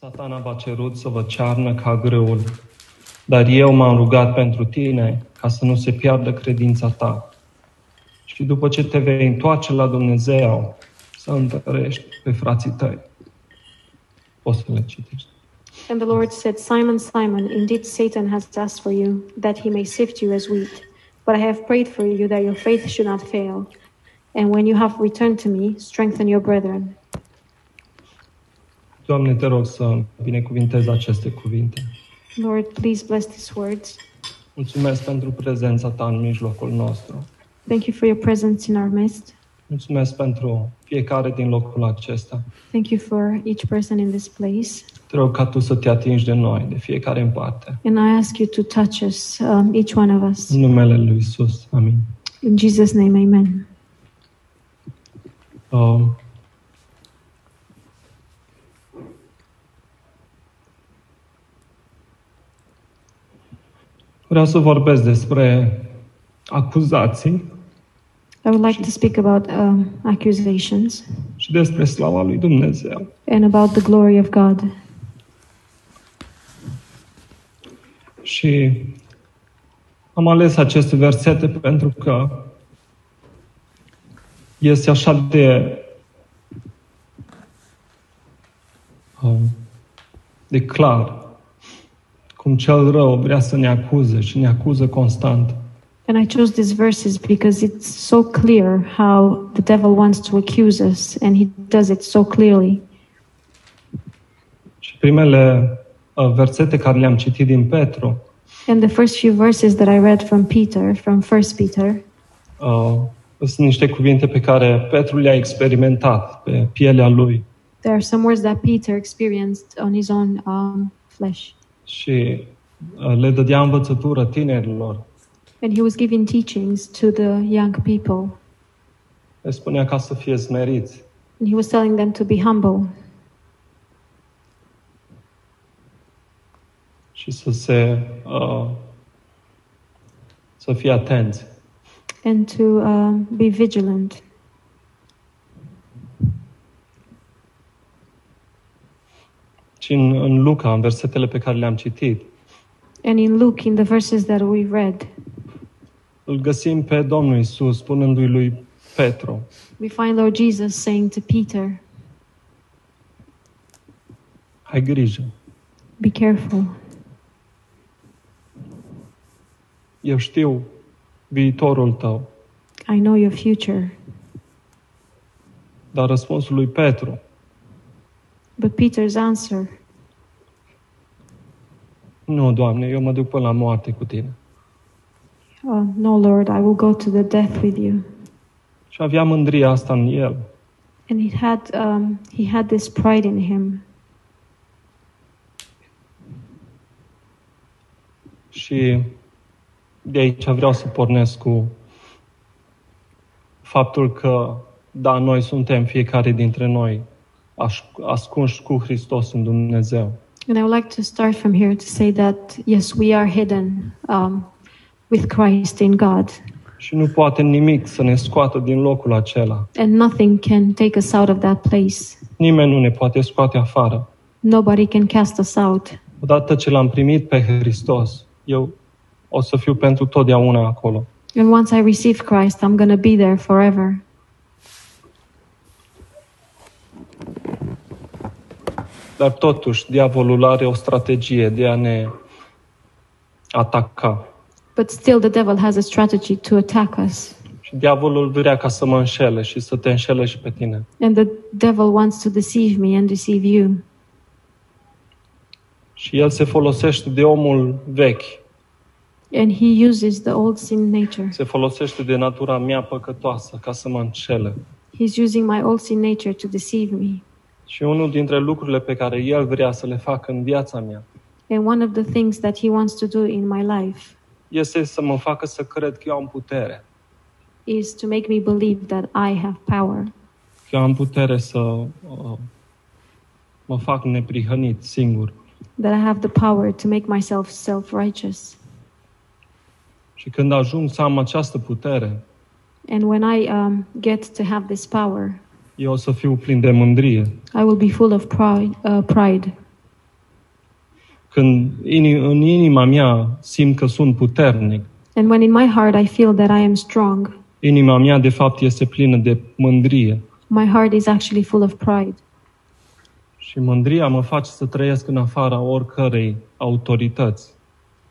Satana v-a cerut să vă cearnă ca grâul, dar eu m-am rugat pentru tine ca să nu se piardă credința ta. Și după ce te vei întoarce la Dumnezeu, să întărești pe frații tăi. Poți să le citești. And the Lord said, Simon, Simon, indeed Satan has asked for you, that he may sift you as wheat. But I have prayed for you that your faith should not fail. And when you have returned to me, strengthen your brethren. Doamne, te rog să binecuvintezi aceste cuvinte. Lord, please bless these words. Mulțumesc pentru prezența ta în mijlocul nostru. Thank you for your presence in our midst. Mulțumesc pentru fiecare din locul acesta. Thank you for each person in this place. Te rog ca tu să te atingi de noi, de fiecare în parte. And I ask you to touch us, um, each one of us. În numele lui Isus. Amin. In Jesus' name, amen. Uh, Vreau să vorbesc despre acuzații I would like to speak about um, accusations și despre slava lui Dumnezeu. and about the glory of God. Și am ales aceste versete pentru că este așa de um, de clar cum cel rău vrea să ne acuze și ne acuză constant. And I chose these verses because it's so clear how the devil wants to accuse us, and he does it so clearly. Și primele uh, versete care le-am citit din Petru And the first few verses that I read from Peter, from First Peter, uh, sunt niște cuvinte pe care Petru le-a experimentat pe pielea lui. there are some words that Peter experienced on his own um, flesh, și uh, le dădea învățătură tinerilor. and he was giving teachings to the young people, Le spunea ca să fie smeriți. and he was telling them to be humble și să se uh, să fie atenți. and to um, be vigilant. Și în, în Luca, în versetele pe care le-am citit, And in Luke, in the verses that we read, îl găsim pe Domnul Isus spunându-i lui Petru, we find Lord Jesus saying to Peter, ai grijă, "Be careful. eu știu viitorul tău. I know your future." Dar răspunsul lui Petru, But Peter's answer, nu, Doamne, eu mă duc până la moarte cu tine. oh, No, Lord, I will go to the death with you. Și avea mândria asta în el. And he had, um, he had this pride in him. Și de aici vreau să pornesc cu faptul că, da, noi suntem fiecare dintre noi aș- ascunși cu Hristos în Dumnezeu. And I would like to start from here to say that, yes, we are hidden um, with Christ in God, Și nu poate nimic să ne scoată din locul acela. and nothing can take us out of that place. Nimeni nu ne poate scoate afară. Nobody can cast us out. Odată ce l-am primit pe Hristos, eu o să fiu pentru totdeauna acolo. And once I receive Christ, I'm going to be there forever. Dar totuși, diavolul are o strategie de a ne ataca. But still, the devil has a strategy to attack us. Și diavolul vrea ca să mă înșele și să te înșele și pe tine. And the devil wants to deceive me and deceive you. Și el se folosește de omul vechi, And he uses the old sin nature. se folosește de natura mea păcătoasă ca să mă înșele. He's using my old sin nature to deceive me. Și unul dintre lucrurile pe care el vrea să le facă în viața mea And one of the things that he wants to do in my life este să mă facă să cred că eu am putere, is to make me believe that I have power, că eu am putere să uh, mă fac neprihănit singur that I have the power to make myself self righteous. și când ajung să am această putere, And when I um, get to have this power, eu o să fiu plin de mândrie I will be full of pride, uh, pride când ini- în inima mea simt că sunt puternic, And when in my heart I feel that I am strong, inima mea de fapt este plină de mândrie my heart is actually full of pride. și mândria mă face să trăiesc în afara oricărei autorități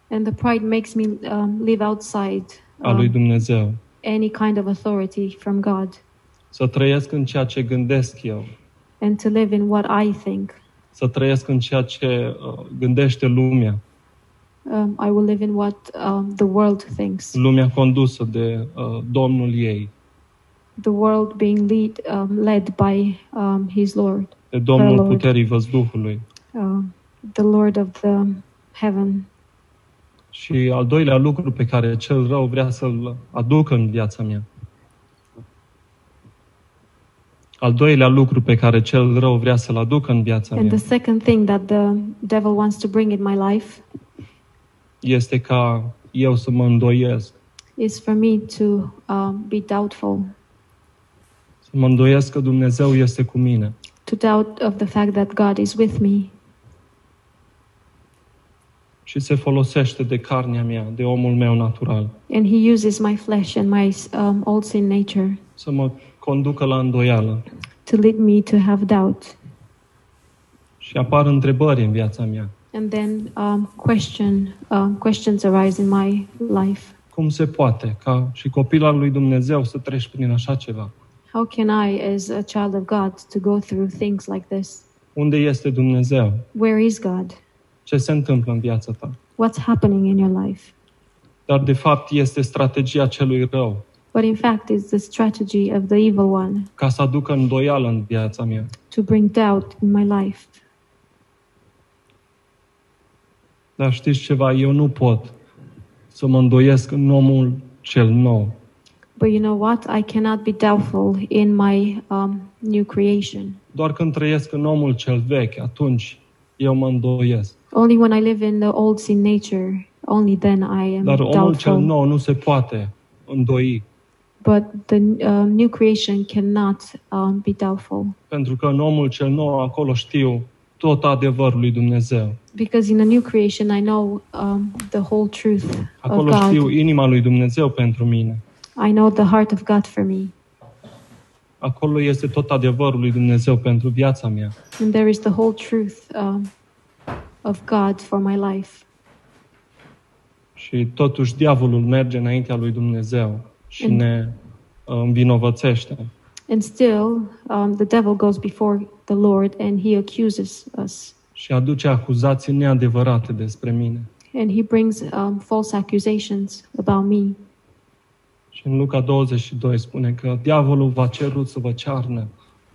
And the pride makes me um, live outside a lui um, Dumnezeu, any kind of authority from God să trăiesc în ceea ce gândesc eu, and to live in what I think. să trăiesc în ceea ce uh, gândește lumea, Um, I will live in what um, the world thinks, lumea condusă de uh, Domnul ei, the world being lead, um, led by um, his Lord, de Domnul Lord. puterii văzduhului. uh, the Lord of the heaven. Și al doilea lucru pe care cel rău vrea să-l aducă în viața mea. Al doilea lucru pe care cel rău vrea să-l aducă în viața And mea the second thing that the devil wants to bring in my life este ca eu să mă îndoiesc. is for me to um, be doubtful, Să mă îndoiesc că Dumnezeu este cu mine. to doubt of the fact that God is with me. Și se folosește de carnea mea, de omul meu natural. And he uses my flesh and my um, old sin nature Să mă conducă la îndoială. to lead me to have doubt. Și apar întrebări în viața mea. And then um, question um, questions arise in my life. Cum se poate ca și copil al lui Dumnezeu să treci prin așa ceva? How can I, as a child of God, to go through things like this? Unde este Dumnezeu? Where is God? Ce se întâmplă în viața ta? What's happening in your life? dar de fapt este strategia celui rău, But in fact, it's the strategy of the evil one ca să aducă îndoială în viața mea. to bring doubt in my life. Dar știți ceva, eu nu pot să mă îndoiesc în omul cel nou. But you know what? I cannot be doubtful in my um, new creation. Doar când trăiesc în omul cel vechi, atunci eu mă îndoiesc. Only when I live in the old sin nature, only then I am Dar omul cel doubtful. nou nu se poate îndoi, But the um, new creation cannot um, be doubtful. pentru că în omul cel nou acolo știu tot adevărul lui Dumnezeu. Because in a new creation, I know um, the whole truth of Acolo știu God. inima lui Dumnezeu pentru mine. I know the heart of God for me. Acolo este tot adevărul lui Dumnezeu pentru viața mea. And there is the whole truth um, of God for my life. Și totuși diavolul merge înaintea lui Dumnezeu și Mm. ne uh, învinovățește. And still, um, the devil goes before the Lord and he accuses us. Și aduce acuzații neadevărate despre mine. And he brings um, false accusations about me. Și în Luca 22 spune că diavolul v-a cerut să vă cearnă,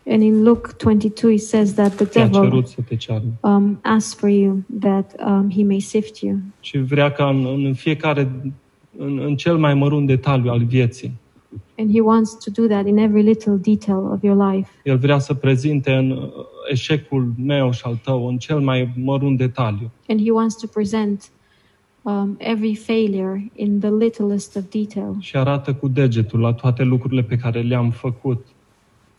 And in Luke 22, it says that the te-a devil cerut să te cearnă. um, asks for you that um, he may sift you. Și vrea ca în, în fiecare, în, în cel mai mărunt detaliu al vieții, And he wants to do that in every little detail of your life. el vrea să prezinte în uh, eșecul meu și al tău, în cel mai mărunt detaliu. And he wants to present um, every failure in the littlest of detail. Și arată cu degetul la toate lucrurile pe care le-am făcut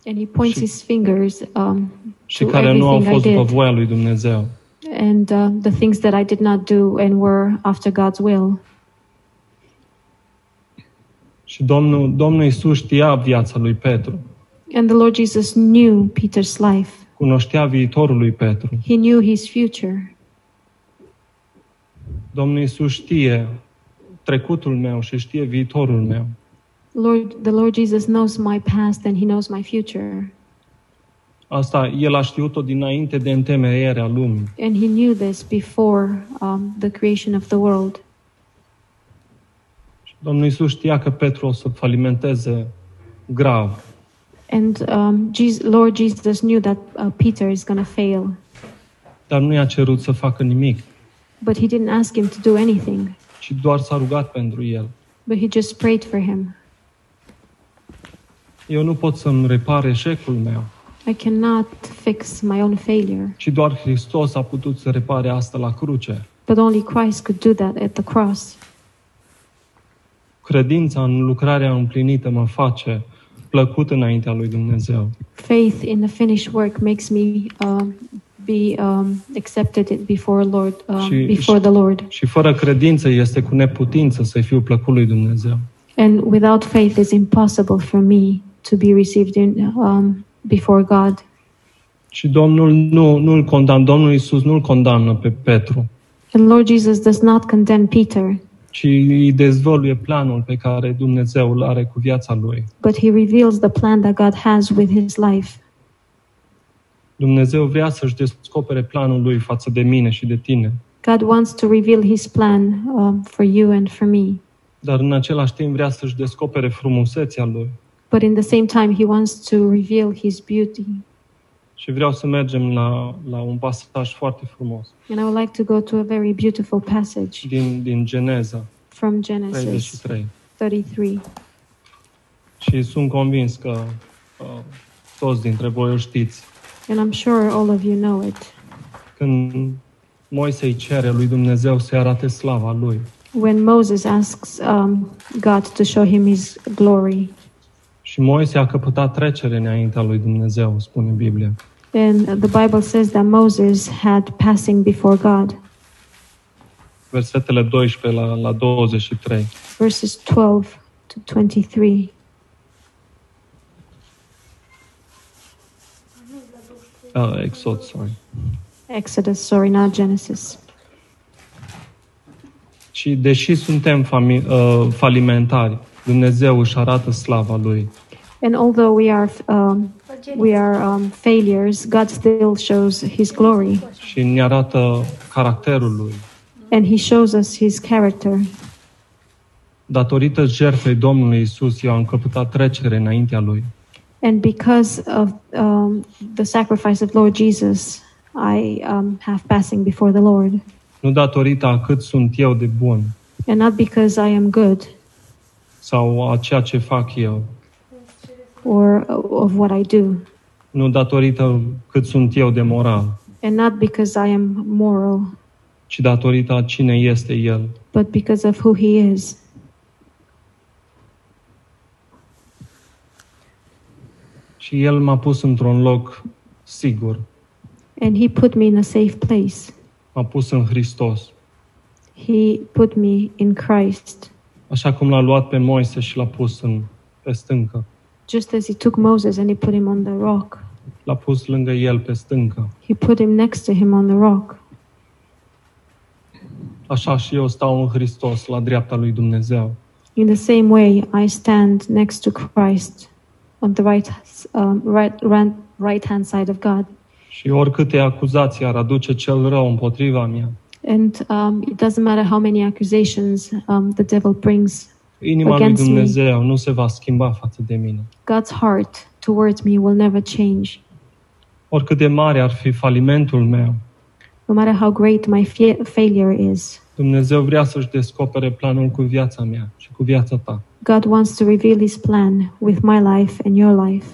And he points Și- his fingers um, și To care nu au everything I fost după did. voia lui Dumnezeu. and uh, the things that I did not do and were after God's will. Și Domnul, Domnul Isus știa viața lui Petru, And the Lord Jesus knew Peter's life, cunoștea viitorul lui Petru. he knew his future. Domnul Isus știe trecutul meu și știe viitorul meu. Lord, the Lord Jesus knows my past and he knows my future. Asta el a știut-o dinainte de întemeierea lumii. And he knew this before um, the creation of the world. Și Domnul Isus știa că Petru o să falimenteze grav. And um, Jesus, Lord Jesus knew that uh, Peter is going to fail, Dar nu i-a cerut să facă nimic, but he didn't ask him to do anything. ci doar s-a rugat pentru el. But he just prayed for him. Eu nu pot să-mi repar eșecul meu, I cannot fix my own failure, ci doar Hristos a putut să repare asta la cruce. but only Christ could do that at the cross. Credința în lucrarea împlinită mă face plăcut înaintea lui Dumnezeu. Faith in the finished work makes me um, be um, accepted it before Lord uh, Și- before the Lord. Și fără credință este cu neputință să fiu plăcut lui Dumnezeu. And without faith, it's impossible for me to be received in um, before God. Și Domnul nu, nu îl condamnă, Domnul Iisus nu îl condamnă pe Petru, And Lord Jesus does not condemn Peter, ci îi dezvăluie planul pe care Dumnezeu îl are cu viața lui. but he reveals the plan that God has with his life. Dumnezeu vrea să-și descopere planul lui față de mine și de tine, God wants to reveal his plan um, for you and for me. dar în același timp vrea să-și descopere frumusețea lui. But in the same time, he wants to reveal his beauty. Și vreau să mergem la, la un pasaj foarte frumos And I would like to go to a very beautiful passage din, din Geneza from Genesis 33. 33. Și sunt convins că uh, toți dintre voi îl știți. And I'm sure all of you know it. Când Moise îi cere lui Dumnezeu să-i arate slava lui, When Moses asks um, God to show him his glory, Și Moise a căpătat trecere înaintea lui Dumnezeu, spune Biblia. and the Bible says that Moses had passing before God, Versetele 12 la, la 23. verses 12 to 23. Uh, Exod, sorry. Exodus, sorry, not Genesis. Și deși suntem fami- uh, falimentari, Dumnezeu își arată slava Lui. And although we are um, we are um, failures, God still shows His glory, Și ne arată caracterul Lui. and He shows us His character. Datorită jertfei Domnului Isus, eu am căpătat trecere înaintea Lui. And because of um, the sacrifice of Lord Jesus, I um, have passing before the Lord, Nu datorită a cât sunt eu de bun and not because I am good sau a ceea ce fac eu. or uh, of what I do, Nu datorită cât sunt eu de moral, and not because I am moral, ci datorită a cine este El. but because of who He is. Și el m-a pus într-un loc sigur, And He put me in a safe place. m-a pus în Hristos. He put me in Christ, Așa cum l-a luat pe Moise și l-a pus în, pe stâncă, just as He took Moses and He put him on the rock. l-a pus lângă el pe stâncă. He put him next to him on the rock. Așa și eu stau în Hristos, la dreapta lui Dumnezeu. In the same way, I stand next to Christ on the right, um, right, right, right hand side of God. Și oricâte acuzații ar aduce cel rău împotriva mea, And um, it doesn't matter how many accusations um, the devil brings, inima lui Against me. Dumnezeu nu se va schimba față de mine. God's heart towards me will never change. Oricât de mare ar fi falimentul meu, No matter how great my fa- failure is, Dumnezeu vrea să-și descopere planul cu viața mea și cu viața ta. God wants to reveal his plan with my life and your life.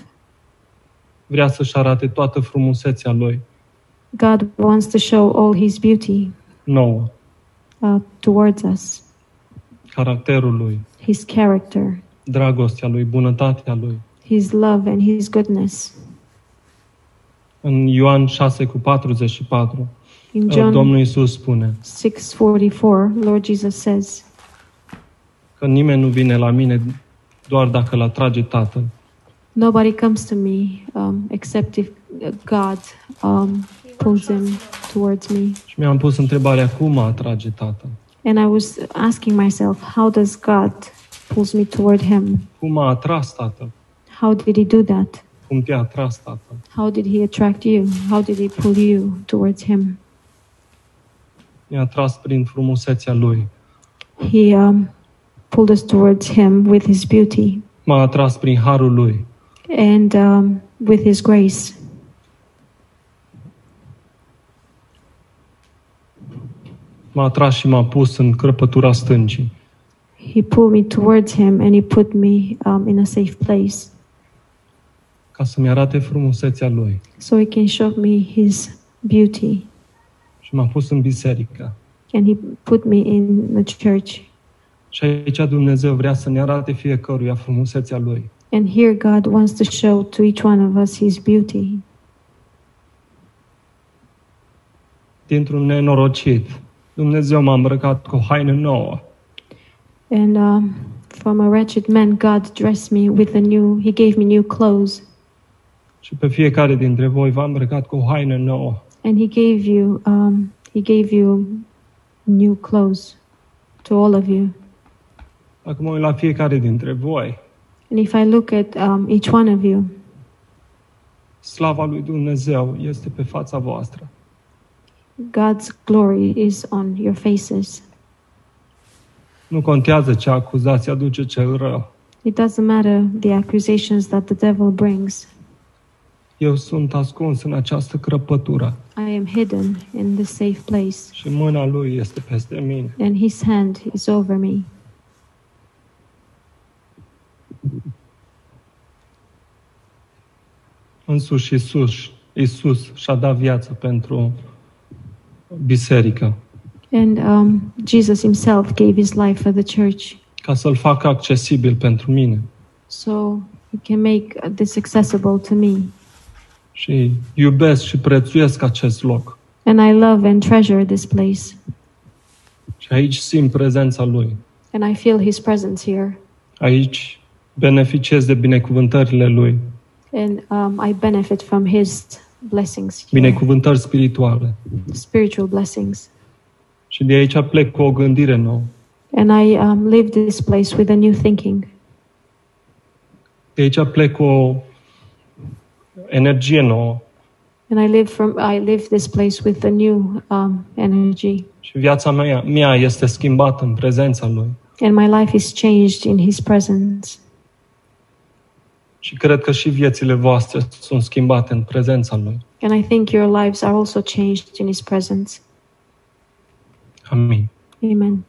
Vrea să-și arate toată frumusețea lui God wants to show all his beauty nouă, uh, towards us, caracterul lui, his character. dragostea lui, bunătatea lui. his love and his goodness. În Ioan 6 cu 44, In John... John Domnul Iisus spune 6:44, Lord Jesus says, că nimeni nu vine la mine doar dacă l atrage Tatăl. "Nobody comes to me um, except if uh, God um, pulls him towards me." Și mi-am pus întrebarea cum mă atrage Tatăl? And I was asking myself, how does God pulls me toward him? Cum m-a atras Tatăl? How did he do that? Cum te-a atras Tatăl? How did he attract you? How did he pull you towards him? Mi-a atras prin frumusețea lui, He um, pulled us towards him with his beauty m-a atras prin harul lui, and um, with his grace. m-a atras și m-a pus în crăpătura stâncii. He pulled me towards him and he put me um, in a safe place ca să-mi arate frumusețea lui so he can show me his beauty. și m-a pus în biserică. And he put me in the church. Și aici Dumnezeu vrea să ne arate fiecăruia frumusețea lui. And here God wants to show to each one of us his beauty. dintr-un nenorocit. Dumnezeu m-a îmbrăcat cu o haină nouă. And um, from a wretched man, God dressed me with a new, He gave me new clothes. Și pe fiecare dintre voi v-a îmbrăcat cu o haină nouă. And He gave you, um, He gave you new clothes to all of you. Dacă mă uit la fiecare dintre voi, And if I look at um, each one of you, slava lui Dumnezeu este pe fața voastră. God's glory is on your faces. Nu contează ce acuzație aduce cel rău. It doesn't matter the accusations that the devil brings. Eu sunt ascuns în această crăpătură I am hidden in the safe place, și mâna lui este peste mine. and his hand is over me. Însuși Isus, Isus și-a dat viață pentru biserică, And um, Jesus himself gave his life for the church, ca să-l facă accesibil pentru mine. so he can make this accessible to me. Și iubesc și prețuiesc acest loc. And I love and treasure this place, Și aici simt prezența lui. and I feel his presence here, Aici beneficiez de binecuvântările lui, and um, I benefit from his blessings, here, binecuvântări spirituale. spiritual blessings. Și de aici plec cu o gândire nouă. And I um, leave this place with a new thinking. De aici plec cu o energie nouă And I live from I leave this place with a new um, energy, și viața mea, mea este schimbată în prezența lui. and my life is changed in His presence. Și cred că și viețile voastre sunt schimbate în prezența lui. And I think your lives are also changed in His presence. Amin. Amen.